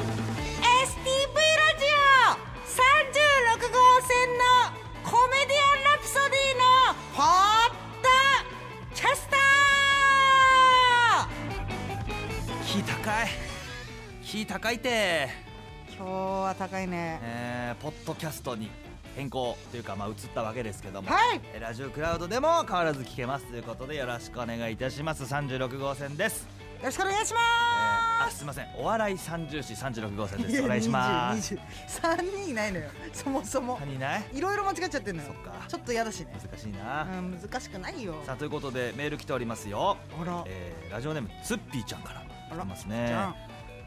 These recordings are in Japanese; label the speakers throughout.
Speaker 1: STV ラジオ36号線のコメディアン・ラプソディのホットキャスタ
Speaker 2: 聞いたかい聞いたかいて、
Speaker 1: ー今日は高いね
Speaker 2: えーポッドキャストに変更というかまあ移ったわけですけども、
Speaker 1: はい
Speaker 2: えーラジオクラウドでも変わらず聞けますということでよろしくお願いいたします36号線です、
Speaker 1: よろしくお願いし
Speaker 2: えーあ
Speaker 1: ます
Speaker 2: すいませんお笑い三重士36号線ですお願いします
Speaker 1: 3人いないのよそもそも
Speaker 2: 他人いない
Speaker 1: いろいろ間違っちゃってんのよ
Speaker 2: そっか
Speaker 1: ちょっと嫌だしね、
Speaker 2: 難しいな、
Speaker 1: うん、難しくないよ
Speaker 2: さあということでメール来ておりますよ
Speaker 1: あら
Speaker 2: えーラジオネームツッピーちゃんから
Speaker 1: あ
Speaker 2: 来
Speaker 1: ら
Speaker 2: てます
Speaker 1: じ
Speaker 2: ね
Speaker 1: ゃあ、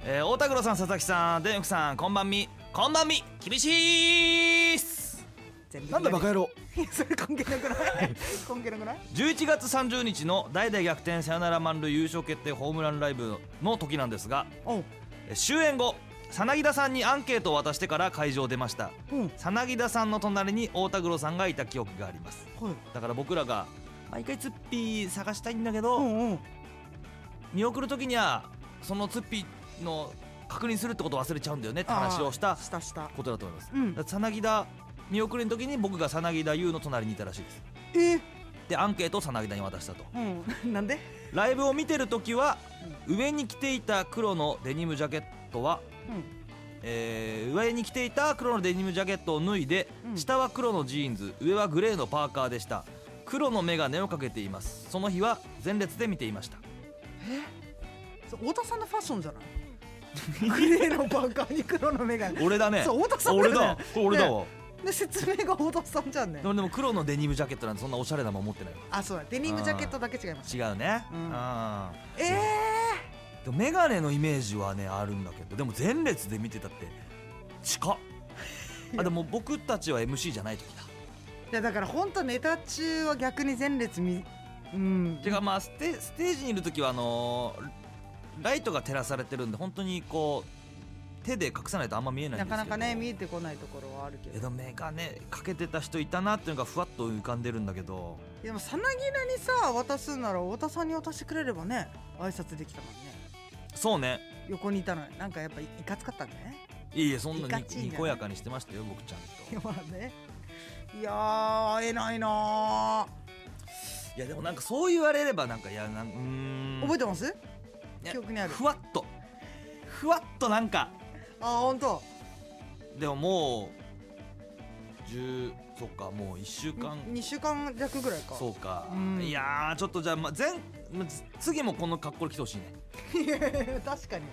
Speaker 2: えー、大田黒さん佐々木さん電福さんこんばんみこんばんみ厳しいっす
Speaker 1: 全部
Speaker 2: なんだバカ野郎
Speaker 1: いやそれ関係なくない 関係なくない
Speaker 2: 11月30日の代々逆転サヨナラ満塁優勝決定ホームランライブの時なんですが
Speaker 1: おう
Speaker 2: えー終演後さなぎださんにアンケートを渡してから会場を出ました
Speaker 1: うん
Speaker 2: さなぎださんの隣に大田黒さんがいた記憶があります
Speaker 1: はい
Speaker 2: だから僕らが毎回ツッピー探したいんだけど、
Speaker 1: うんうん
Speaker 2: 見送る時にはそのツッピーの確認するってことを忘れちゃうんだよねって話をした
Speaker 1: あーしたした
Speaker 2: ことだと思います、
Speaker 1: うん
Speaker 2: だからさなぎだ見送りの時に僕がさなぎだ優の隣にいたらしいです
Speaker 1: えー
Speaker 2: でアンケートをさなぎだに渡したと
Speaker 1: うんなんで
Speaker 2: ライブを見てる時は上に着ていた黒のデニムジャケットは、
Speaker 1: うん
Speaker 2: えー上に着ていた黒のデニムジャケットを脱いで、
Speaker 1: うん
Speaker 2: 下は黒のジーンズ上はグレーのパーカーでした黒の眼鏡をかけていますその日は前列で見ていました
Speaker 1: そう太田さんのファッションじゃない グレーのパーカーに黒の眼鏡
Speaker 2: 俺だね
Speaker 1: そう太田さんだよ
Speaker 2: 俺
Speaker 1: ね
Speaker 2: だこれ俺だわ、
Speaker 1: で説明が太田さんじゃんね
Speaker 2: でもでも黒のデニムジャケットなんてそんなおしゃれなもん持ってないわ
Speaker 1: あそうだデニムジャケットだけ違います
Speaker 2: 違うね
Speaker 1: う
Speaker 2: うんん
Speaker 1: ええ
Speaker 2: でも眼鏡のイメージはねあるんだけどでも前列で見てたって近っあでも僕たちは MC じゃない時だ
Speaker 1: ー、いやだから本当ネタ中は逆に前列見うん
Speaker 2: てかまあステステージにいる時はあのーライトが照らされてるんで本当にこう手で隠さないとあんま見えないんです
Speaker 1: な
Speaker 2: け
Speaker 1: か
Speaker 2: ど
Speaker 1: なかね見えてこないところはあるけ
Speaker 2: え
Speaker 1: ど
Speaker 2: でも眼鏡かけてた人いたなっていうのがふわっと浮かんでるんだけど
Speaker 1: でもさなぎらにさ渡すなら太田さんに渡してくれればね挨拶できたもんね
Speaker 2: そうね
Speaker 1: 横にいたのになんかやっぱいかつかったんだね
Speaker 2: いえいえそん
Speaker 1: い
Speaker 2: な
Speaker 1: か
Speaker 2: に
Speaker 1: ちいな
Speaker 2: にこやかにしてましたよ僕ちゃんと
Speaker 1: いやまあねいやー会えないなー
Speaker 2: いやでもなんかそう言われればなんかいやなんうーん
Speaker 1: 覚えてます
Speaker 2: いや
Speaker 1: 記憶にある
Speaker 2: ふわっとふわっとなんか
Speaker 1: あ本当
Speaker 2: でももう10そっかもう1週間
Speaker 1: 2週間弱ぐらいか
Speaker 2: そうか
Speaker 1: うん
Speaker 2: いやーちょっとじゃあ、ま、前ま次もこの格好で来てほしいね
Speaker 1: いやいや 確かに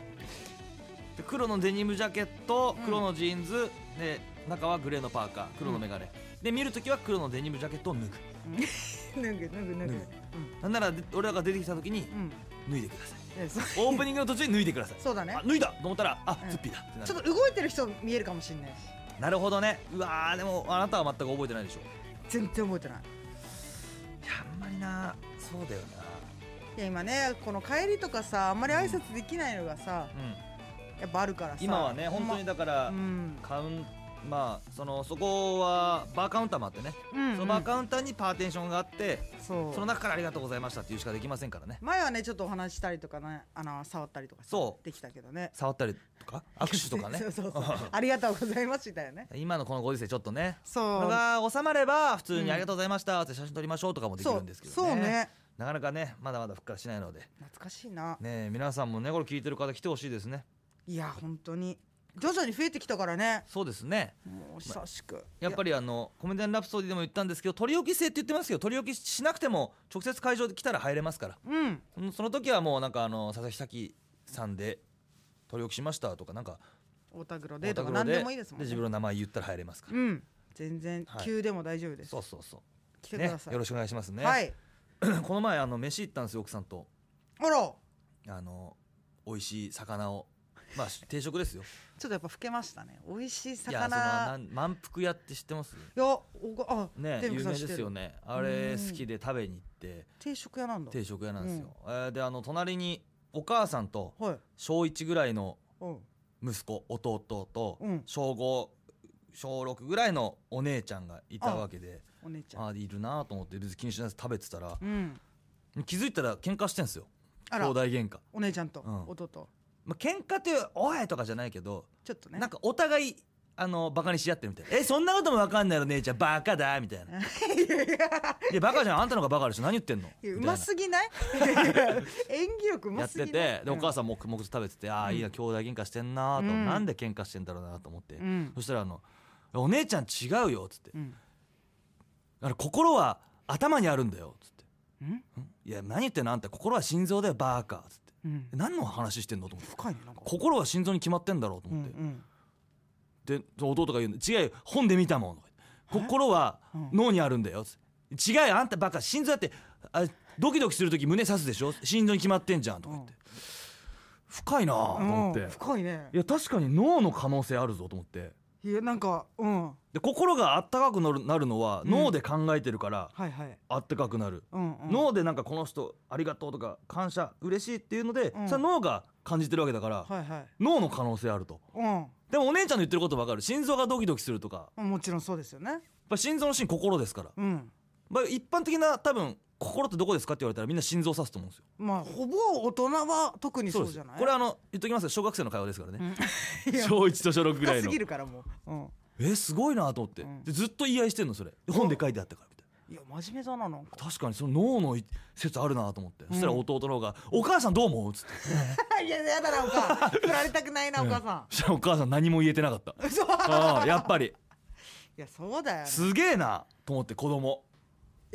Speaker 2: で黒のデニムジャケット
Speaker 1: うん
Speaker 2: 黒のジーンズ、で中はグレーのパーカー黒のメガネ、で見るときは黒のデニムジャケットを脱ぐ
Speaker 1: 脱ぐ脱ぐ脱ぐ
Speaker 2: 脱ぐなんならで俺らが出てきたときに
Speaker 1: うん、うん
Speaker 2: 脱いでく ださい
Speaker 1: いやそう
Speaker 2: オープニングの途中に脱いでください
Speaker 1: そうだね
Speaker 2: あ脱いだと思ったらあ
Speaker 1: うん
Speaker 2: ツッピーだってなる
Speaker 1: ちょっと動いてる人見えるかもしれないし
Speaker 2: なるほどねうわーでもあなたは全く覚えてないでしょ
Speaker 1: 全然覚えてない
Speaker 2: いやあんまりなそうだよ
Speaker 1: いや今ねこの帰りとかさあんまり挨拶できないのがさ
Speaker 2: な、うん、
Speaker 1: やっぱあるからさ
Speaker 2: 今はね本当にだから、
Speaker 1: うん
Speaker 2: カウンまあそのそこはバーカウンターもあってね、
Speaker 1: うんうん
Speaker 2: そのバーカウンターにパーテンションがあって、
Speaker 1: そう
Speaker 2: その中からありがとうございましたっていうしかできませんからね
Speaker 1: 前はねちょっとお話ししたりとかねあの触ったりとかさ
Speaker 2: そう
Speaker 1: できたけどね
Speaker 2: 触ったりと か握手とかね
Speaker 1: そうそうそう ありがとうございますみたいなね
Speaker 2: 今のこのご時世ちょっとねこ
Speaker 1: そ
Speaker 2: れ
Speaker 1: う
Speaker 2: が収まれば普通にありがとうございましたって写真撮りましょうとかもでき
Speaker 1: そ
Speaker 2: る
Speaker 1: うん
Speaker 2: ですけどね
Speaker 1: そうね
Speaker 2: なかなかねまだまだ復活しないので
Speaker 1: 懐かしいな
Speaker 2: ねえ皆さんもねこれ聞いてる方来てほしいですね
Speaker 1: いや本当に徐々に増えてきたからね
Speaker 2: そうですね
Speaker 1: もう久しく
Speaker 2: やっぱりあのコメディアン・ラプソディでも言ったんですけど取り置き制って言ってますけど取り置きしなくても直接会場で来たら入れますから
Speaker 1: いやうん
Speaker 2: そのその時はもうなんかあの佐々木咲さんで取り置きしましたとかなんか
Speaker 1: 太田黒でとか
Speaker 2: 太田
Speaker 1: 何
Speaker 2: 黒
Speaker 1: でもいいですもんね
Speaker 2: 自分の名前言ったら入れますから、
Speaker 1: うん全然
Speaker 2: はい
Speaker 1: 急でも大丈夫です
Speaker 2: そうそうそ
Speaker 1: 来
Speaker 2: う、
Speaker 1: てく
Speaker 2: ね
Speaker 1: だ、さい
Speaker 2: よろしくお願いしますね、
Speaker 1: はい
Speaker 2: この前あの飯行ったんですよ奥さんと
Speaker 1: あらちょ
Speaker 2: あの美味しい魚をまあし定食ですよ
Speaker 1: っとやっぱ老けましたね美味しい
Speaker 2: いやそのな
Speaker 1: 魚
Speaker 2: ん満腹屋って知ってます
Speaker 1: いやおがあ
Speaker 2: ね
Speaker 1: デミ
Speaker 2: 有
Speaker 1: コさ
Speaker 2: 名
Speaker 1: ん
Speaker 2: で
Speaker 1: 知って
Speaker 2: す
Speaker 1: る
Speaker 2: よねあれ好きで食べに行って
Speaker 1: 定食屋なんだ
Speaker 2: 定食屋なんですよ、えーであの隣にお母さんと
Speaker 1: はい
Speaker 2: 小1ぐらいの
Speaker 1: うん
Speaker 2: 息子弟と
Speaker 1: うん
Speaker 2: 小5小6ぐらいのお姉ちゃんがいたわけで
Speaker 1: お姉ちゃん
Speaker 2: ああいるなと思って別に気にしないで食べてたら
Speaker 1: うん
Speaker 2: 気づいたら喧嘩してんすよ
Speaker 1: あら
Speaker 2: 兄弟喧嘩
Speaker 1: お姉ちゃんと
Speaker 2: うん
Speaker 1: 弟
Speaker 2: まあ喧嘩っていう「おい!」とかじゃないけど
Speaker 1: ちょっとね
Speaker 2: なんかお互いあのバカにし合ってるみたいな「えそんなことも分かんないの姉ちゃんバカだ」みたい な「いやバカじゃんあんたの方がバカでしょ何言ってんの」
Speaker 1: いやう
Speaker 2: みたい
Speaker 1: ま
Speaker 2: な
Speaker 1: すぎ ない演技力う
Speaker 2: や
Speaker 1: ま
Speaker 2: っ
Speaker 1: すぎ
Speaker 2: て
Speaker 1: ない
Speaker 2: てで
Speaker 1: う
Speaker 2: お母さんも黙々と食べててああいいな兄弟喧嘩してんなーと
Speaker 1: うん
Speaker 2: なんで喧嘩してんだろうなと思って
Speaker 1: うん
Speaker 2: そしたらあの「お姉ちゃん違うよ」っつって
Speaker 1: うん
Speaker 2: 「あの心は頭にあるんだよ」っつって
Speaker 1: うん
Speaker 2: 「いや何言ってんのあんた心は心臓だよバカ」っつって
Speaker 1: うん
Speaker 2: 「何の話してんの?」と思って
Speaker 1: 深いねなんか
Speaker 2: 心は心臓に決まってんだろうと
Speaker 1: うん
Speaker 2: 思って
Speaker 1: うん
Speaker 2: で弟が言うんだ違うよ本で見たもん」心は
Speaker 1: うん
Speaker 2: 脳にあるんだよ」違うよあんたバカ心臓だってあドキドキする時胸刺すでしょ心臓に決まってんじゃん」とか言って深いなぁと思っ
Speaker 1: う
Speaker 2: て
Speaker 1: ん。深いね
Speaker 2: いや確かに脳の可能性あるぞと思って
Speaker 1: いやなんかうんは
Speaker 2: で心があったかくなるなるのは
Speaker 1: うん
Speaker 2: 脳で考えてるから
Speaker 1: いはい
Speaker 2: あったかくなる、
Speaker 1: うんうん
Speaker 2: 脳でなんかこの人ありがとうとか感謝嬉しいっていうので、
Speaker 1: うん
Speaker 2: それは脳が感じてるわけだから、
Speaker 1: はいはい
Speaker 2: 脳の可能性あると
Speaker 1: う
Speaker 2: でもお姉ちゃんの言ってることわかる心臓がドキドキするとかや
Speaker 1: んもちろんそうですよね
Speaker 2: っぱ心臓の芯心ですから、
Speaker 1: うん
Speaker 2: まあ、一般的な多分心ってどこですかって言われたらみんな心臓を指すと思うんですよ
Speaker 1: まあほぼ大人は特にそう
Speaker 2: です
Speaker 1: じゃない
Speaker 2: これあの言っときますよ小学生の会話ですからね、
Speaker 1: いや
Speaker 2: 小1と小6ぐら
Speaker 1: 深
Speaker 2: い
Speaker 1: す
Speaker 2: の
Speaker 1: ぎるからもううん
Speaker 2: えすごいなと思って、
Speaker 1: うん
Speaker 2: でずっと言い合いしてんのそれ本で書いてあったからみたいない
Speaker 1: や真面目だななんか
Speaker 2: 確かにその脳のい説あるなと思って、
Speaker 1: ん
Speaker 2: そしたら弟の方が「お母さんどう思う?」っつって
Speaker 1: いややだなお母さん振られたくないなお母さ
Speaker 2: そしたらお母さん何も言えてなか った
Speaker 1: ん嘘い
Speaker 2: ああやっぱり
Speaker 1: やそうだよね
Speaker 2: すげえなと思って子供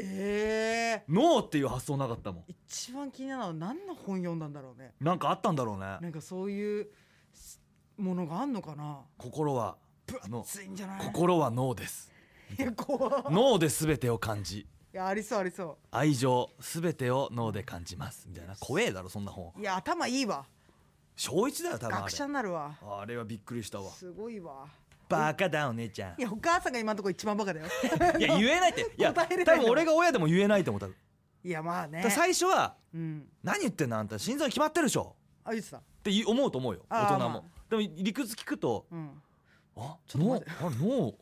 Speaker 1: ええ
Speaker 2: 脳っていう発想なかったもん
Speaker 1: 一番気になるのは何の本読んだんだろうね
Speaker 2: なんかあったんだろうね
Speaker 1: なんかそういうすものがあんのかな
Speaker 2: 心は
Speaker 1: ぶ
Speaker 2: あの
Speaker 1: 熱いんじゃない
Speaker 2: 心は脳です
Speaker 1: いや怖い
Speaker 2: 脳で全てを感じ
Speaker 1: いやありそうありそ
Speaker 2: 愛情全てを脳で感じますみたいな怖えだろそんな本
Speaker 1: ういや頭いいわ
Speaker 2: 小一だよ多分あ
Speaker 1: 学者
Speaker 2: れ
Speaker 1: になるわ
Speaker 2: あれはびっくりしたわ
Speaker 1: すごいわ
Speaker 2: バカだお姉ちゃん
Speaker 1: いやお母さんが今のところ一番バカだよ
Speaker 2: いや言えないっていや多
Speaker 1: 答えれないの
Speaker 2: 分俺が親でも言えないと思っただか
Speaker 1: いやまあね
Speaker 2: ら最初は
Speaker 1: うん
Speaker 2: 何言ってんのあんた心臓に決まってるでしょ
Speaker 1: あ言ってた
Speaker 2: ってい思うと思うよ
Speaker 1: あー
Speaker 2: 大人も
Speaker 1: ま
Speaker 2: でも理屈聞くと
Speaker 1: うん
Speaker 2: あ
Speaker 1: ちょっと
Speaker 2: 脳あ
Speaker 1: 待っ
Speaker 2: 脳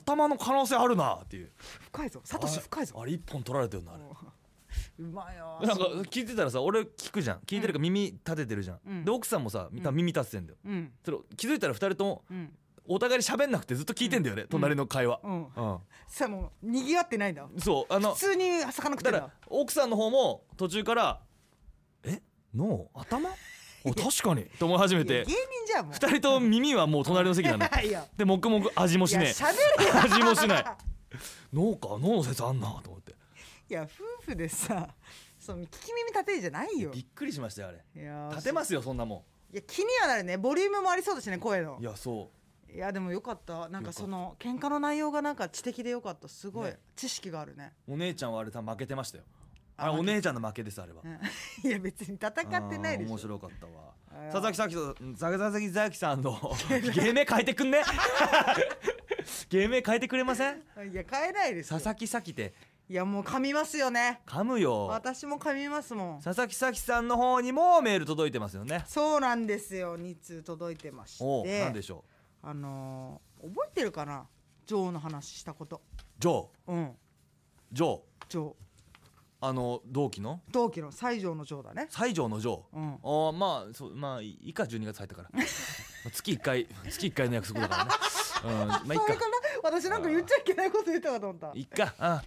Speaker 2: 頭の可能性あるなっていう
Speaker 1: 深いぞサトシ深いぞ
Speaker 2: あれ一本取られてるなあれ
Speaker 1: うまいよ
Speaker 2: なんか聞いてたらさ俺聞くじゃん聞いてるから耳立ててるじゃん、
Speaker 1: うん
Speaker 2: で奥さんもさみんな耳立ててんだよ、
Speaker 1: うん
Speaker 2: それ気づいたら二人とも
Speaker 1: うん
Speaker 2: お互いに喋んなくてずっと聞いてんだよね、隣の会話、
Speaker 1: うん
Speaker 2: うん
Speaker 1: さもうにぎわってないんだ
Speaker 2: そうあの
Speaker 1: 普通に魚食ってん
Speaker 2: だか
Speaker 1: だ
Speaker 2: ら奥さんの方も途中から「え脳頭お確かに」と思い始め
Speaker 1: いや芸
Speaker 2: て
Speaker 1: 人じゃんもう
Speaker 2: 二人とも耳はもう隣の席な の
Speaker 1: いや
Speaker 2: で黙々味もし
Speaker 1: いや
Speaker 2: ねえ
Speaker 1: 喋るよ
Speaker 2: 味もしない脳か脳の説あんなと思って
Speaker 1: いや夫婦でさその聞き耳立てるじゃないよ
Speaker 2: びっくりしましたよあれ
Speaker 1: いやー
Speaker 2: 立てますよそんなも
Speaker 1: いや気にはなるねボリュームもありそうだしね声の
Speaker 2: んいやそ
Speaker 1: いやでもよかったなん
Speaker 2: よかっ
Speaker 1: か
Speaker 2: た
Speaker 1: その喧嘩の内容がなんか知的でよかったすごい、
Speaker 2: ね
Speaker 1: 知識があるね
Speaker 2: うお姉ちゃんはあれ多分負けてましたよあ
Speaker 1: あ
Speaker 2: れ
Speaker 1: 負
Speaker 2: お
Speaker 1: け
Speaker 2: 姉ちゃんの負けですあれは
Speaker 1: うん いや別に戦ってないでし
Speaker 2: あー
Speaker 1: ょ
Speaker 2: 面白かったわ
Speaker 1: あー
Speaker 2: 佐々木さきと佐々木さきさ んの芸名変えてくんね 芸名変えてくれません
Speaker 1: いや変えないですよ
Speaker 2: 佐々木さきって
Speaker 1: いやもう噛みますよね
Speaker 2: 噛むよ
Speaker 1: 私も噛みますもん
Speaker 2: 佐々木さきさんの方にもメール届いてますよね
Speaker 1: そうなんですよ2通届いてまし
Speaker 2: おお
Speaker 1: て
Speaker 2: なんでしょう
Speaker 1: あのー覚えてるかなジョーの話したこと
Speaker 2: ジョー
Speaker 1: うん
Speaker 2: ジョー
Speaker 1: ジョー
Speaker 2: あの同期の
Speaker 1: 同期の西条のジョーだね
Speaker 2: 西条のジョー
Speaker 1: うん
Speaker 2: ああまあそうまあいいか12月入ったから まあ月1回月1回の約束だからね、うん、まあいい
Speaker 1: そ
Speaker 2: か
Speaker 1: れかな私なんか言っちゃいけないこと言ったかと思った
Speaker 2: いっかあ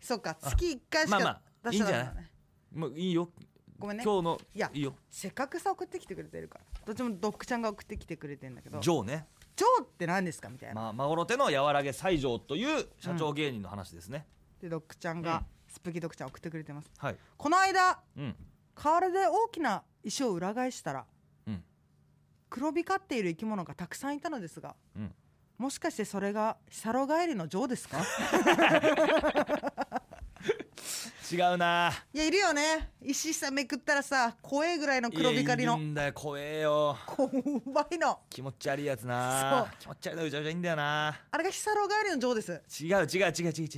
Speaker 1: そっか月1回し
Speaker 2: まあ
Speaker 1: か
Speaker 2: まあ
Speaker 1: 出して
Speaker 2: いいん
Speaker 1: な
Speaker 2: じゃ
Speaker 1: い
Speaker 2: なもういいよ
Speaker 1: ごめんね
Speaker 2: 今日の
Speaker 1: いや
Speaker 2: いいよ
Speaker 1: せっかくさ送ってきてくれてるからどっちもドックちゃんが送ってきてくれてんだけど
Speaker 2: ジョーね、
Speaker 1: ジョーって何ですかみたいな
Speaker 2: まあ、孫の手の柔らげ西条という社長芸人の話ですね、
Speaker 1: でドックちゃん
Speaker 2: うん
Speaker 1: がスプキドックちゃん送ってくれてます
Speaker 2: はい
Speaker 1: この間
Speaker 2: うん
Speaker 1: 河原で大きな石を裏返したら
Speaker 2: うん
Speaker 1: 黒光っている生き物がたくさんいたのですが
Speaker 2: うん
Speaker 1: もしかしてそれがサロガエルのジョーです か
Speaker 2: 違うない
Speaker 1: やいるよね石さめくったらさ怖えぐらいの黒光り
Speaker 2: いやい
Speaker 1: の
Speaker 2: るんだよ怖えよ
Speaker 1: 怖いの
Speaker 2: 気持ち悪いやつ
Speaker 1: そ
Speaker 2: な
Speaker 1: う
Speaker 2: 気持ち悪いのうちゃうちゃいいんだよな
Speaker 1: あれがヒサロガエルのジョーです
Speaker 2: 違う違う違う違う違う違う違う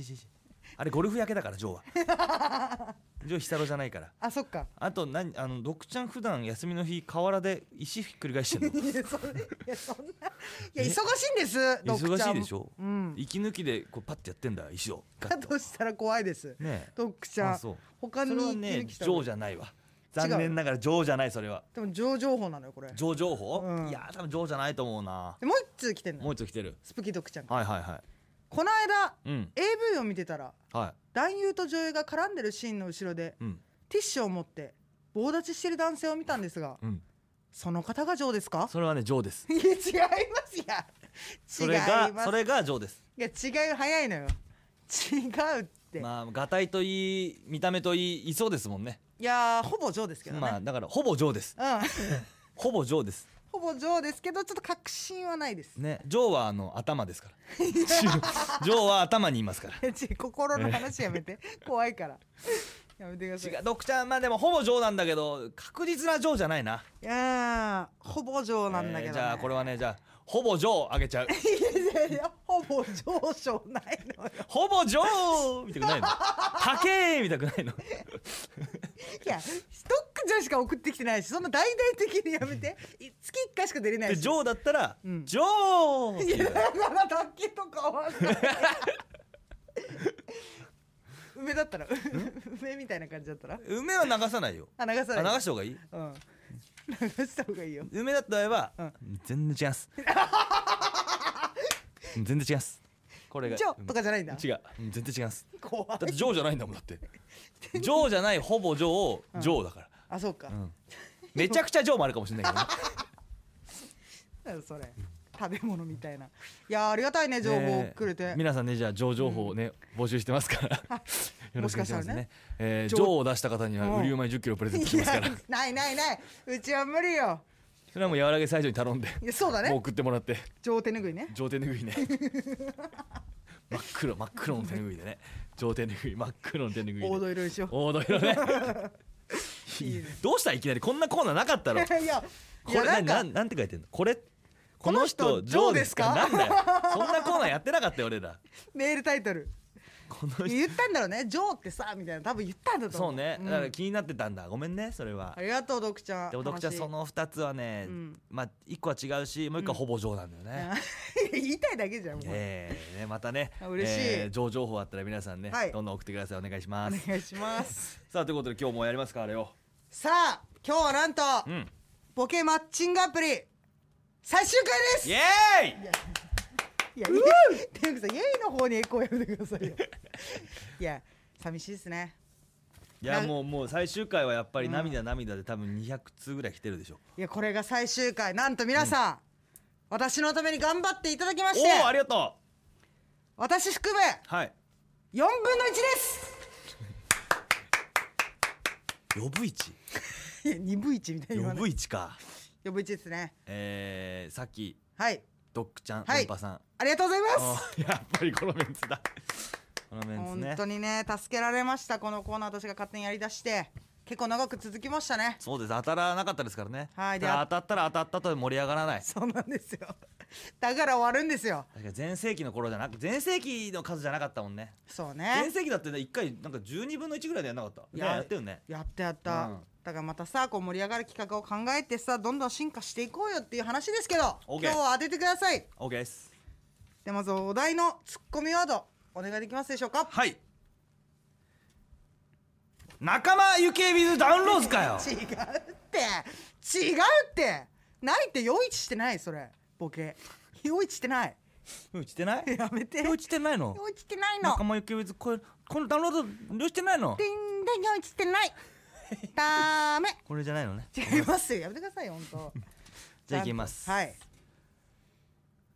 Speaker 2: あれゴルフ焼けだからジョーは ジョーヒサロじゃないから
Speaker 1: あそっか
Speaker 2: あと何あのドクちゃん普段休みの日河原で石ひっくり返してんの
Speaker 1: いやそれいやそんないや忙しいんです ドク
Speaker 2: 忙
Speaker 1: ちゃ
Speaker 2: し
Speaker 1: ん
Speaker 2: いでしょ
Speaker 1: うん
Speaker 2: 息抜きでこうパッてやってんだ石をガ
Speaker 1: だ
Speaker 2: ッと
Speaker 1: としたら怖いです
Speaker 2: ね
Speaker 1: ドクち
Speaker 2: え
Speaker 1: ゃ
Speaker 2: あ
Speaker 1: ん
Speaker 2: そう
Speaker 1: 他
Speaker 2: そ
Speaker 1: に
Speaker 2: れは
Speaker 1: 息抜
Speaker 2: ね
Speaker 1: きした方が
Speaker 2: 情じゃないわ残念ながら情じゃないそれは
Speaker 1: でも上情報なのよこれ
Speaker 2: 情情報、
Speaker 1: うん
Speaker 2: いやー多分情じゃないと思うな
Speaker 1: でもう一通来てんの
Speaker 2: もう一つ来てる
Speaker 1: スプキドクちゃんが
Speaker 2: はいはいは
Speaker 1: この間
Speaker 2: いうん
Speaker 1: AV を見てたら
Speaker 2: は
Speaker 1: 男優と女優が絡んでるシーンの後ろで
Speaker 2: いうん
Speaker 1: ティッシュを持って棒立ちしてる男性を見たんですが
Speaker 2: うん
Speaker 1: その方がジョーですか
Speaker 2: それはね情です
Speaker 1: いや違いますや
Speaker 2: それが
Speaker 1: 違います
Speaker 2: それが情です
Speaker 1: いや違う早いのよ違うって、
Speaker 2: まあがたいといい見た目といいいそうですもんね
Speaker 1: いやーほぼジョーですけどね、
Speaker 2: まあだからほぼ情です
Speaker 1: うん
Speaker 2: ほぼ情です
Speaker 1: ほぼジョーですけどちょっと確信はないです、
Speaker 2: ね情はあの頭ですから 情は頭にいますから
Speaker 1: ち心の話やめ て怖いからやめてください
Speaker 2: 違うドクちゃんまあでもほぼ情なんだけど確実な情じゃないない
Speaker 1: やーほぼ上なんだけど、ね
Speaker 2: えーじゃ あこれはねじゃあほぼ情あげちゃう
Speaker 1: いやいやいやほぼ上昇ないのよ
Speaker 2: ほぼ情みたくないの高えみたくないの
Speaker 1: いやストックじゃしか送ってきてないしそんな大々的にやめてい月1回しか出れない
Speaker 2: で
Speaker 1: し
Speaker 2: 情だったら
Speaker 1: うん
Speaker 2: 情って
Speaker 1: いや
Speaker 2: いう
Speaker 1: だからだけとかは分かんない梅だったら梅みたいな感じだったら
Speaker 2: 梅は流さないよ
Speaker 1: あ流さ
Speaker 2: あ
Speaker 1: ない
Speaker 2: 流した方がいい
Speaker 1: うん流した方がいいよ
Speaker 2: 梅だった場合は
Speaker 1: うん
Speaker 2: 全然違います 全然違いますこれが
Speaker 1: ジョーとかじゃないんだ
Speaker 2: 違ううん全然違います
Speaker 1: 怖い
Speaker 2: だって情じゃないんだもん だって情じゃないほぼ情を情だから
Speaker 1: あそうか、
Speaker 2: うんめちゃくちゃ情もあるかもしれないけどね
Speaker 1: なんだそれ食べ物みたいないやーありがたいね情報
Speaker 2: ねえ
Speaker 1: くれて、
Speaker 2: 皆さんねじゃあ情情報をね、募集してますから よろしくお願
Speaker 1: もしか
Speaker 2: いしま
Speaker 1: し
Speaker 2: す
Speaker 1: たら
Speaker 2: ね
Speaker 1: ね
Speaker 2: えー、
Speaker 1: 情
Speaker 2: 情を出した方には
Speaker 1: うん
Speaker 2: 売りうまい1 0キロプレゼントし
Speaker 1: い
Speaker 2: ますか
Speaker 1: や
Speaker 2: ら
Speaker 1: ないないないうちは無理よ
Speaker 2: それはもう柔らげ最初に頼んで
Speaker 1: いやそうだ
Speaker 2: もう
Speaker 1: ね
Speaker 2: 送ってもらって
Speaker 1: 上手ぬぐいね
Speaker 2: 上手ぬぐいね 真っ黒真っ黒の手ぬぐいでね上手ぬぐい真っ黒の手ぬぐいで
Speaker 1: 大戸色にしよ
Speaker 2: 大戸色ねどうしたいきなりこんなコーナーなかったろこ
Speaker 1: ういやい
Speaker 2: れ
Speaker 1: やな
Speaker 2: なん
Speaker 1: ん
Speaker 2: な
Speaker 1: か
Speaker 2: んなんて書いてんのこれこの
Speaker 1: こ
Speaker 2: 人
Speaker 1: の人
Speaker 2: ジョー
Speaker 1: ジョー
Speaker 2: で
Speaker 1: ですす
Speaker 2: か
Speaker 1: か
Speaker 2: なんだよそんなコーナーやってなかったよ俺ら
Speaker 1: メールタイトル
Speaker 2: この人
Speaker 1: 言ったんだろうね「ジョーってさ」みたいな多分言ったんだと思
Speaker 2: そううね、
Speaker 1: ん
Speaker 2: だから気になってたんだごめんねそれは
Speaker 1: ありがとうドクちゃん
Speaker 2: でもドクちゃん
Speaker 1: 楽しい
Speaker 2: その2つはね、
Speaker 1: うん
Speaker 2: まあ1個は違うしもう1個はほぼ上なんだよね、
Speaker 1: いや 言いたいだけじゃんもう
Speaker 2: ええねまたね
Speaker 1: あ嬉しい
Speaker 2: えー上情報あったら皆さんね、
Speaker 1: はい
Speaker 2: どんどん送ってくださいお願いしま
Speaker 1: お
Speaker 2: す
Speaker 1: 願いします
Speaker 2: さあということで今日もやりますかあれを
Speaker 1: さあ今日はなんと
Speaker 2: うん
Speaker 1: ボケマッチングアプリ最終回です
Speaker 2: イエーイ
Speaker 1: いや、天狗さん、イエイの方にエコーやめてくださいよ。いや、寂しいですね。
Speaker 2: いや
Speaker 1: なん
Speaker 2: もうもう最終回はやっぱり涙涙で多分200通ぐらい来てるでしょ、
Speaker 1: いや、これが最終回、なんと皆さん、私のために頑張っていただきまし
Speaker 2: おおあ
Speaker 1: て、
Speaker 2: りがと
Speaker 1: 私含め
Speaker 2: うはい
Speaker 1: 4分の1です。
Speaker 2: 呼ぶ位置
Speaker 1: いや、2分1みたいな言わな
Speaker 2: 呼
Speaker 1: い。
Speaker 2: ぶ位置か
Speaker 1: 4分1ですね。
Speaker 2: えー、さっき
Speaker 1: はい、
Speaker 2: ドックちゃん、
Speaker 1: はい
Speaker 2: ロンパさん
Speaker 1: ありがとうございます。
Speaker 2: あー やっぱりこのメンツだこのメンツね
Speaker 1: 本当にね、助けられました、このコーナー、私が勝手にやりだして、結構長く続きましたね。
Speaker 2: そうです当たらなかったですからね、
Speaker 1: はいで
Speaker 2: ただ
Speaker 1: あ
Speaker 2: 当たったら当たったとで盛り上がらない
Speaker 1: そうなんですよ。 だから終わるんですよ。
Speaker 2: 確かに全盛期の頃じゃなく全盛期の数じゃなかったもんね
Speaker 1: そう
Speaker 2: 全
Speaker 1: ね。
Speaker 2: 盛期だってね一回なんか12分の1ぐらいでやんなかった
Speaker 1: いや
Speaker 2: ねやってるね
Speaker 1: やったやった、
Speaker 2: うん
Speaker 1: だからまたさこう盛り上がる企画を考えてさどんどん進化していこうよっていう話ですけど今
Speaker 2: OK
Speaker 1: 日は当ててください
Speaker 2: OK です
Speaker 1: でまずお題のツッコミワードお願いできますでしょうか
Speaker 2: はい仲間ゆけびずダウンローズか よ
Speaker 1: 違うって違うってないって用意してないそれボケ用意してない
Speaker 2: うんしてない
Speaker 1: やめて用
Speaker 2: 用
Speaker 1: 意
Speaker 2: 意してないの
Speaker 1: してないの
Speaker 2: 仲間ゆけびずこれこのダウンロード用意してないの
Speaker 1: 全然用意してないダメ
Speaker 2: これじゃないのね
Speaker 1: 違いますよやめてくださいよ本当
Speaker 2: じゃあいきます
Speaker 1: はい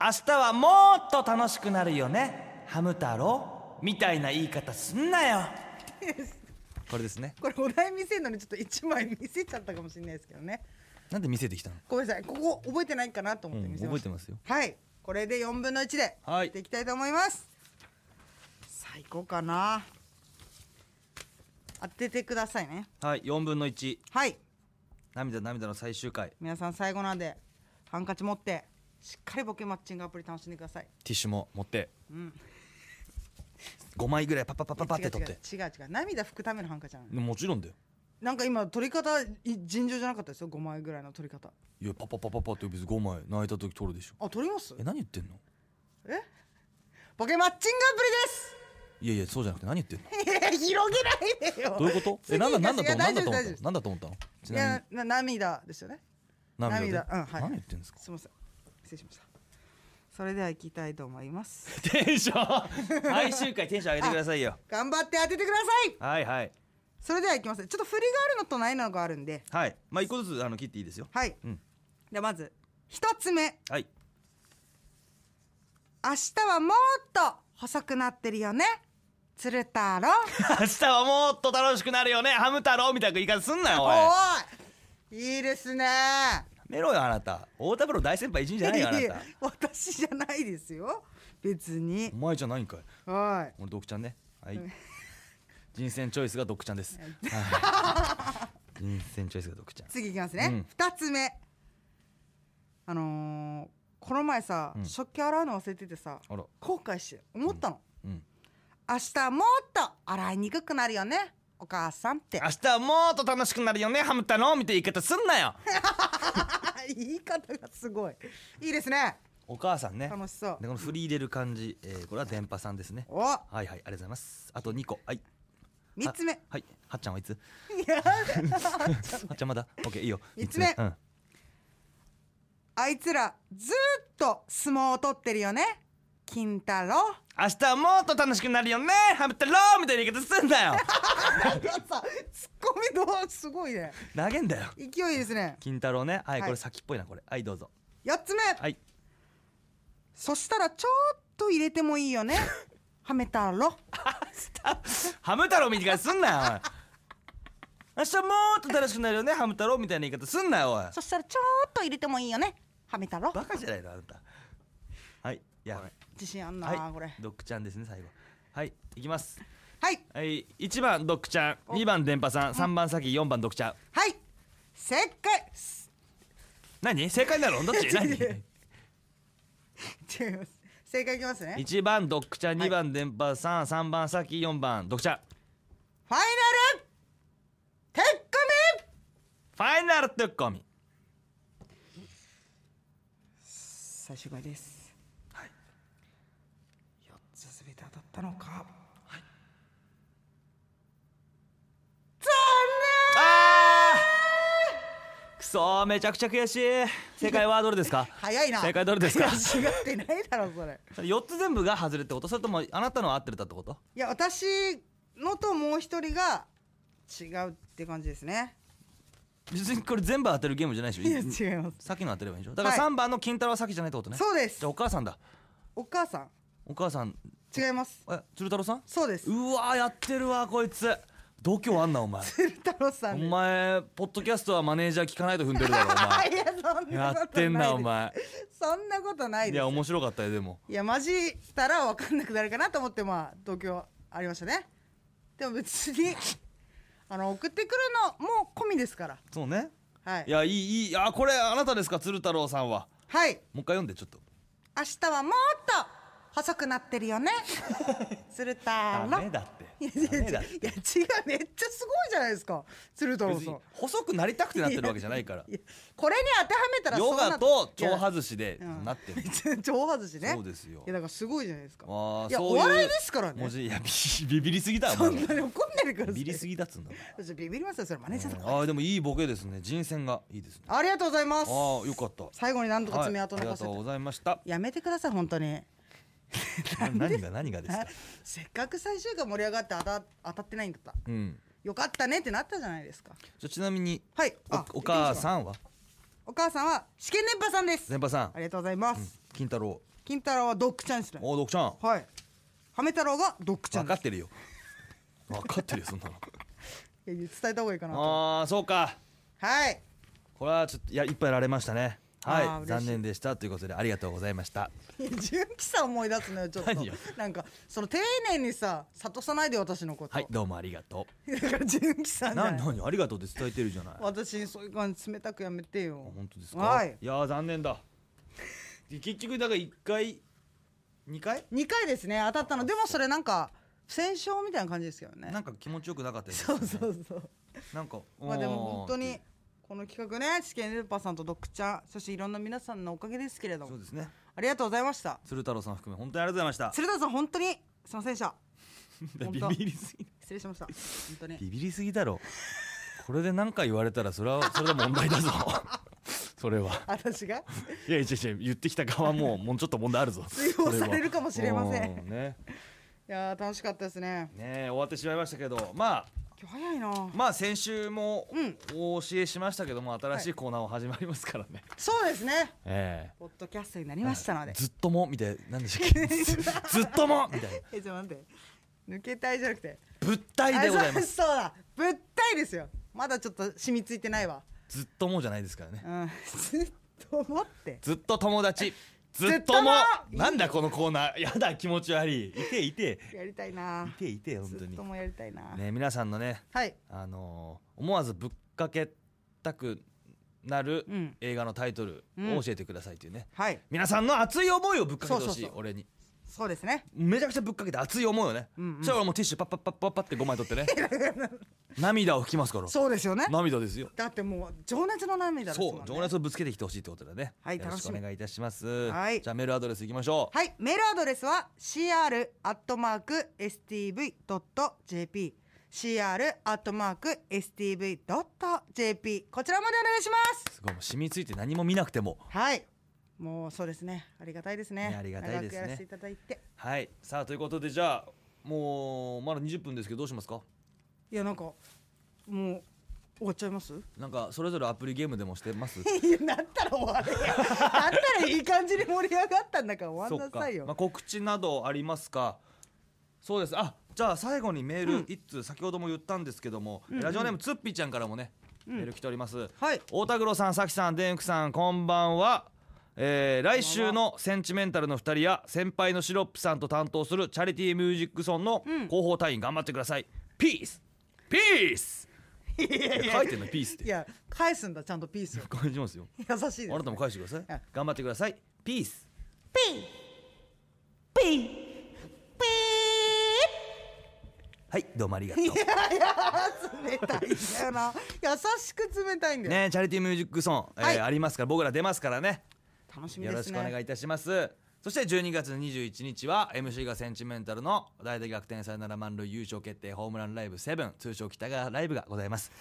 Speaker 2: 明日はもっと楽しくなるよねハム太郎みたいな言い方すんなよこ れですね
Speaker 1: これお題見せるのにちょっと1枚見せちゃったかもしれないですけどね
Speaker 2: なんで見せてきたの
Speaker 1: ごめんなさいここ覚えてないかなと思って見せました、
Speaker 2: ますよ
Speaker 1: はいこれで4分の1で
Speaker 2: はい
Speaker 1: やっていきたいと思います、最高かな当ててくださいね
Speaker 2: はい4分の1
Speaker 1: はい
Speaker 2: 涙涙の最終回
Speaker 1: 皆さん最後なんでハンカチ持ってしっかりボケマッチングアプリ楽しんでください
Speaker 2: ティッシュも持って
Speaker 1: うん
Speaker 2: 5枚ぐらいパッパッパッパッパって
Speaker 1: 違う
Speaker 2: 取って
Speaker 1: 違う違う違う涙拭くためのハンカチなのよ
Speaker 2: もちろんだよ
Speaker 1: なんか今取り方い尋常じゃなかったですよ5枚ぐらいの取り方
Speaker 2: いやパパパパパって別に5枚泣いた時取るでしょ
Speaker 1: あ取ります
Speaker 2: え何言ってんの
Speaker 1: ポケマッチン
Speaker 2: いやいやそうじゃなくて何言ってんの
Speaker 1: グアプリです 広げないでよ
Speaker 2: どういうことえなんだなんだと
Speaker 1: 次行か
Speaker 2: な
Speaker 1: せ
Speaker 2: ん
Speaker 1: て大丈夫で
Speaker 2: だと思ったの
Speaker 1: す
Speaker 2: なんだと思ったのち
Speaker 1: い
Speaker 2: なみ
Speaker 1: や
Speaker 2: に
Speaker 1: な涙ですよね
Speaker 2: 涙
Speaker 1: 涙
Speaker 2: で
Speaker 1: うんはい
Speaker 2: 何言ってんですか
Speaker 1: すみません失礼しましたそれでは行きたいと思います
Speaker 2: テンション 毎週回テンション上げてくださいよ
Speaker 1: 頑張って当ててください
Speaker 2: はいはい
Speaker 1: それでは行きますちょっと振りがあるのとないのがあるんで
Speaker 2: はいまあ一個ずつあの切っていいですよ
Speaker 1: はい、
Speaker 2: うん
Speaker 1: ではまず一つ目
Speaker 2: はい
Speaker 1: 明日はもっと細くなってるよね鶴太郎
Speaker 2: 明日はもっと楽しくなるよねハム太郎みたいな言い方すんなよおい
Speaker 1: おいいいですね
Speaker 2: メロよあなた大田プロ大先輩一人じゃないよあないた
Speaker 1: や 私じゃないですよ別に
Speaker 2: お前じゃないんかい
Speaker 1: はい
Speaker 2: 俺ドクちゃんねはい 人選チョイスがドクちゃんですはい人選チョイスがドクちゃん
Speaker 1: 次いきますね、二つ目あのーこの前さ、
Speaker 2: うん
Speaker 1: 食器洗うの忘れててさ
Speaker 2: あら
Speaker 1: 後悔して思ったの、
Speaker 2: うん
Speaker 1: 明日もっと洗いにくくなるよねお母さんって
Speaker 2: 明日はもっと楽しくなるよねハム太郎みたいな言い方すんなよ
Speaker 1: 言い方がすごいいいですね
Speaker 2: お母さんね
Speaker 1: 楽しそう
Speaker 2: でこの振り入れる感じ、えー、これは電波さんですね
Speaker 1: お
Speaker 2: はいはいありがとうございますあと2個はい
Speaker 1: 三つ目
Speaker 2: あはいはっちゃんはいつ
Speaker 1: や
Speaker 2: はっちゃんまだオッケーいいよ
Speaker 1: 三つ目
Speaker 2: 三うん
Speaker 1: あいつらずっと相撲を取ってるよね金太 郎
Speaker 2: 明日はもっと楽しくなるよねハム太郎みたいな言い方すんな よ
Speaker 1: なんかさツッコミ度はすごいね
Speaker 2: 投げんだよ
Speaker 1: 勢いいいですね
Speaker 2: 金太郎ねはい
Speaker 1: はい
Speaker 2: これ先っぽいなこれはいどうぞ
Speaker 1: 四つ目
Speaker 2: はい
Speaker 1: そしたらちょっと入れてもいいよ ねはめ太郎
Speaker 2: ハム太郎みたいな言い方すんなよおい明日もっと楽しくなるよねハム太郎みたいな言い方すんなよおい
Speaker 1: そしたらちょっと入れてもいいよねはめ太郎
Speaker 2: バカじゃないのあなたはいいや
Speaker 1: 自信あんな、
Speaker 2: はい
Speaker 1: これ
Speaker 2: ドックちゃんですね最後はいいきます
Speaker 1: はい
Speaker 2: はい1番ドックちゃん2番電波さん3番さき4番ドクちゃん
Speaker 1: はい正解 す
Speaker 2: 何正解だ ろどっち何
Speaker 1: 違います正解いきますね
Speaker 2: 1番ドックちゃん
Speaker 1: はい
Speaker 2: 2番電波さん3番さき4番ドクちゃん
Speaker 1: ファイナルてっこめ
Speaker 2: ファイナルツッコミ
Speaker 1: 最終回ですはい4つすべて当たったのか
Speaker 2: あーくそーめちゃくちゃ悔しい正解はどれですか
Speaker 1: 早いな
Speaker 2: 正解どれですか
Speaker 1: 違ってないだろそれ
Speaker 2: 4つ全部が外れってことそれともあなたのは合ってたってこと
Speaker 1: いや私のともう一人が違うって感じですね
Speaker 2: 別にこれ全部当てるゲームじゃないで
Speaker 1: いや
Speaker 2: しょ
Speaker 1: 違います
Speaker 2: さきの当てればいいんでしょだから
Speaker 1: はい
Speaker 2: 3番の金太郎はさきじゃないってことね
Speaker 1: そうです
Speaker 2: じゃあお母さんだ
Speaker 1: お母さん
Speaker 2: お母さん
Speaker 1: 違います
Speaker 2: え鶴太郎さん
Speaker 1: そうです
Speaker 2: うわーやってるわこいつ度胸あんなお前
Speaker 1: 鶴太郎さ
Speaker 2: お
Speaker 1: んです
Speaker 2: 前ポッドキャストはマネージャー聞かないと踏んでるだろお前
Speaker 1: いやそんなことない
Speaker 2: やってんなお前
Speaker 1: ですそんなことない
Speaker 2: い
Speaker 1: ですい
Speaker 2: や
Speaker 1: や
Speaker 2: 面白かったよでも
Speaker 1: マジしたら分かんなくなるかなと思ってまあ東京ありましたねでも別に あの送ってくるのも込みですから
Speaker 2: そうね
Speaker 1: はい
Speaker 2: いやいいいいあこれあなたですか鶴太郎さんは
Speaker 1: はい
Speaker 2: もう一回読んでちょっと
Speaker 1: 明日はもっと細くなってるよ ね鶴太
Speaker 2: ダ
Speaker 1: 郎
Speaker 2: メだって
Speaker 1: いやいや
Speaker 2: ダ
Speaker 1: い
Speaker 2: メだ
Speaker 1: や
Speaker 2: っ
Speaker 1: い
Speaker 2: て
Speaker 1: や違うめっちゃすごいじゃないですか鶴太郎
Speaker 2: 別
Speaker 1: さん
Speaker 2: に細くなりたくてなってるわけじゃないから
Speaker 1: いやこれに当てはめたら
Speaker 2: ヨ
Speaker 1: そうな
Speaker 2: ガと長
Speaker 1: は
Speaker 2: 外しでなっ てる
Speaker 1: 超はずしね
Speaker 2: そうですよ
Speaker 1: いやだからすごいじゃないですか
Speaker 2: あー
Speaker 1: いや
Speaker 2: そう
Speaker 1: お笑いですからね
Speaker 2: 文字いやビビ ビりすぎだ
Speaker 1: そ
Speaker 2: お
Speaker 1: ん
Speaker 2: 前
Speaker 1: なに怒んないでください
Speaker 2: ビビりすぎだっつうんだ
Speaker 1: ちょっとビビりますよそれマネージャーさん、
Speaker 2: あーでもいいボケですね人選がいいですね
Speaker 1: ありがとうございま
Speaker 2: あ
Speaker 1: す
Speaker 2: ーよかった
Speaker 1: 最後に何とか
Speaker 2: はい
Speaker 1: 爪痕
Speaker 2: あり
Speaker 1: 残
Speaker 2: が
Speaker 1: せ
Speaker 2: と
Speaker 1: て、
Speaker 2: うございました
Speaker 1: やめてください本当に
Speaker 2: な何が何がですか
Speaker 1: せっかく最終回盛り上がって当た当たってないんだった
Speaker 2: うん
Speaker 1: よかったねってなったじゃないですか
Speaker 2: じゃあちなみに
Speaker 1: はいあ
Speaker 2: おお母
Speaker 1: ん
Speaker 2: さんは
Speaker 1: お母さんは試験年波さんです
Speaker 2: 全波さん
Speaker 1: ありがとうございます、
Speaker 2: 金太郎
Speaker 1: 金太郎はドッグちゃんですね
Speaker 2: おードクちゃん
Speaker 1: はいハメ太郎がドッグちゃ
Speaker 2: 分
Speaker 1: ん
Speaker 2: か
Speaker 1: です
Speaker 2: ってるよ分かってるよそんなの
Speaker 1: いや伝えた方がいいかなと
Speaker 2: ああそうか
Speaker 1: はい
Speaker 2: これはちょっといやいっぱいやられましたねは
Speaker 1: あ
Speaker 2: い
Speaker 1: ー嬉しい
Speaker 2: 残念でしたということでありがとうございました
Speaker 1: いや純喜さん思い出すのよちょっと
Speaker 2: 何よ
Speaker 1: なんかその丁寧にさ諭さないで私のこと、
Speaker 2: はいどうもありがと
Speaker 1: だから純喜さ
Speaker 2: うん
Speaker 1: じゃ
Speaker 2: な
Speaker 1: ない
Speaker 2: 何ありがとうって伝えてるじゃないあ
Speaker 1: 私にそういう感じ冷たくやめてよ
Speaker 2: 本当ですか、
Speaker 1: はい
Speaker 2: いやー残念だ結局だから1回2回
Speaker 1: 2回ですね当たったのでもそれなんか不戦勝みたいな感じですけどね
Speaker 2: なんか気持ちよくなかったです
Speaker 1: そうそうそう
Speaker 2: なんか
Speaker 1: まあでも本当
Speaker 2: おーっ
Speaker 1: に
Speaker 2: て
Speaker 1: この企画ね試験ルーパーさんとドックちゃんそしていろんな皆さんのおかげですけれど
Speaker 2: そう
Speaker 1: も
Speaker 2: ですね
Speaker 1: ありがとうございました
Speaker 2: 鶴太郎さん含め本当にありがとうございまし
Speaker 1: 鶴田さん本当にすいませんでした
Speaker 2: た
Speaker 1: 本
Speaker 2: ビ
Speaker 1: 当
Speaker 2: ビりすぎ
Speaker 1: 失礼しました本当に
Speaker 2: ビビりすぎだろこれで何か言われたらそれはそれで問題だぞ それは
Speaker 1: 私が
Speaker 2: いやいやいや言ってきた側ももうちょっと問題あるぞ
Speaker 1: 追放されるかもしれません
Speaker 2: そはうんね
Speaker 1: いやー楽しかったですね
Speaker 2: ねえ終わってしまいましたけどまあ
Speaker 1: 今日早いな
Speaker 2: まあ先週も
Speaker 1: うん
Speaker 2: お教えしましたけども新しいコーナーを始まりますからね、
Speaker 1: そうですね
Speaker 2: え
Speaker 1: ポッドキャストになり
Speaker 2: え
Speaker 1: ましたので
Speaker 2: ずっともみたいな何でしたっけずずっともみたいな
Speaker 1: えちょっと待って抜けたいじゃなくて
Speaker 2: 物体でございま
Speaker 1: あ
Speaker 2: す
Speaker 1: そうそうだ物体ですよまだちょっと染みついてないわ
Speaker 2: ずっともじゃないですからね
Speaker 1: うんずっと思って
Speaker 2: ずっと友達ず
Speaker 1: っとも
Speaker 2: っともなんだこのコーナーやだ気持ち悪いいていて
Speaker 1: やりたいない
Speaker 2: ていて本
Speaker 1: ず
Speaker 2: 当
Speaker 1: っ
Speaker 2: に
Speaker 1: ともやりたいな、
Speaker 2: ね皆さんのね
Speaker 1: はい
Speaker 2: あのー思わずぶっかけたくなる
Speaker 1: うん
Speaker 2: 映画のタイトルを教えてくださいっていうね、
Speaker 1: はい
Speaker 2: 皆さんの熱い思いをぶっかけてほしい
Speaker 1: そうそうそう
Speaker 2: 俺に
Speaker 1: そうですね
Speaker 2: めちゃくちゃぶっかけて熱い思いをね、
Speaker 1: んうん
Speaker 2: そしたら俺もうティッシュパッパッパッパッパッって5枚取ってね涙を拭きますから
Speaker 1: そうですよね
Speaker 2: 涙ですよ
Speaker 1: だってもう情熱の涙ですもん、
Speaker 2: そ
Speaker 1: ね
Speaker 2: う、、情熱をぶつけてきてほしいってことだね。
Speaker 1: はい
Speaker 2: よろし
Speaker 1: 楽
Speaker 2: く
Speaker 1: しみ
Speaker 2: お願いいたします。
Speaker 1: はい
Speaker 2: じゃあメールアドレスいきましょう。
Speaker 1: はいメールアドレスは cr.stv.jp cr.stv.jp こちらまでお願いします
Speaker 2: すごい、もう染みついて何も見なくても。
Speaker 1: はいもうそうですねありがたいですね
Speaker 2: ねありがたいで
Speaker 1: 長
Speaker 2: すね
Speaker 1: くやらせていただいて
Speaker 2: はい、さあということでじゃあもうまだ20分ですけどどうしますか。
Speaker 1: いやなんかもう終わっちゃいます い
Speaker 2: なんかそれぞれアプリゲームでもしてます。
Speaker 1: やなったら終わ れやなったらいい感じに盛り上がったんだから終わ
Speaker 2: そ
Speaker 1: んな
Speaker 2: っか
Speaker 1: さいよ。
Speaker 2: まあ告知などありますか。そうです。あ、じゃあ最後にメール一通、先ほども言ったんですけども、ラジオネームツッピーちゃんからもね、メール来ております。
Speaker 1: はい
Speaker 2: 太田黒さん、さきさん、デンクさん、こんばんは。えー来週のセンチメンタルの2人や先輩のシロップさんと担当するチャリティーミュージックソンの広報隊員頑張ってください、ピースピースいや書いてんのピースって
Speaker 1: いや返すんだちゃんとピースを
Speaker 2: 返しますよ
Speaker 1: 優しいです
Speaker 2: あなたも返してくださ
Speaker 1: はいい
Speaker 2: 頑張ってくださいピース
Speaker 3: ピーピーピ
Speaker 2: はいどうもありがとう
Speaker 1: 冷たいんだよな優しく冷たいんだよ、
Speaker 2: ねチャリティーミュージックソン、えー
Speaker 1: はい
Speaker 2: ありますから僕ら出ますからね
Speaker 1: 楽しみ
Speaker 2: よ
Speaker 1: で
Speaker 2: ろ
Speaker 1: す
Speaker 2: し
Speaker 1: ね
Speaker 2: くお願いいたしますそして12月21日は MC がセンチメンタルの大で逆転サヨナラ満塁優勝決定ホームランライブ7通称北川ライブがございます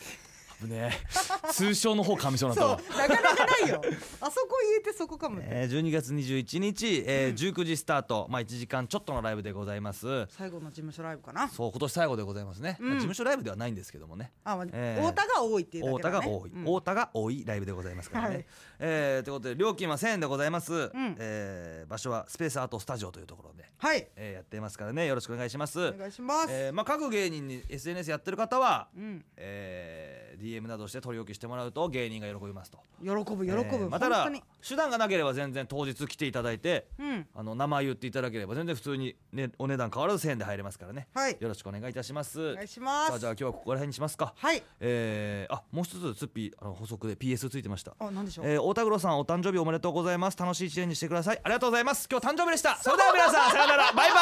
Speaker 2: 危ね え通称の方噛みそうになった
Speaker 1: そ
Speaker 2: わ
Speaker 1: うなかなかないよあそこ言えてそこかもね、
Speaker 2: えー12月21日、えー19時スタート、まあ、1時間ちょっとのライブでございます
Speaker 1: 最後の事務所ライブかな
Speaker 2: そう今年最後でございますね、まあ事務所ライブではないんですけどもね
Speaker 1: あ、まあ
Speaker 2: えー
Speaker 1: 太田が多いっていうだ
Speaker 2: 太
Speaker 1: け
Speaker 2: 田
Speaker 1: だ、ね、
Speaker 2: が多い、
Speaker 1: うん
Speaker 2: 太田が多いライブでございますからね。
Speaker 1: はい
Speaker 2: えーということで料金は1000円でございます、
Speaker 1: ん
Speaker 2: えー場所はスペースアートスタジオというところで、
Speaker 1: はい
Speaker 2: えーやっていますからねよろしくお願いします。
Speaker 1: お願いします、
Speaker 2: えーまあ、各芸人に SNS やってる方は、
Speaker 1: ん
Speaker 2: えー DM などして取り置きしてもらうと芸人が喜びますと。
Speaker 1: 喜ぶ喜ぶ、
Speaker 2: えーまあた
Speaker 1: 本
Speaker 2: だ
Speaker 1: 当に
Speaker 2: 手段がなければ全然当日来ていただいて、
Speaker 1: うん
Speaker 2: あの名前言っていただければ全然普通に、ね、お値段変わらず1000円で入れますからね、
Speaker 1: はい
Speaker 2: よろしくお願いいたします。
Speaker 1: お願いします
Speaker 2: さあじゃあ今日はここら辺にしますか。
Speaker 1: はい
Speaker 2: えーあもう一つツッピーあの補足で PS ついてました
Speaker 1: あ何でしょう
Speaker 2: えー、太田黒さんお誕生日おめでとうございます楽しい一年にしてくださいありがとうございます今日誕生日でしたそれでは皆さんさようならバイバ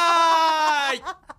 Speaker 2: ーイ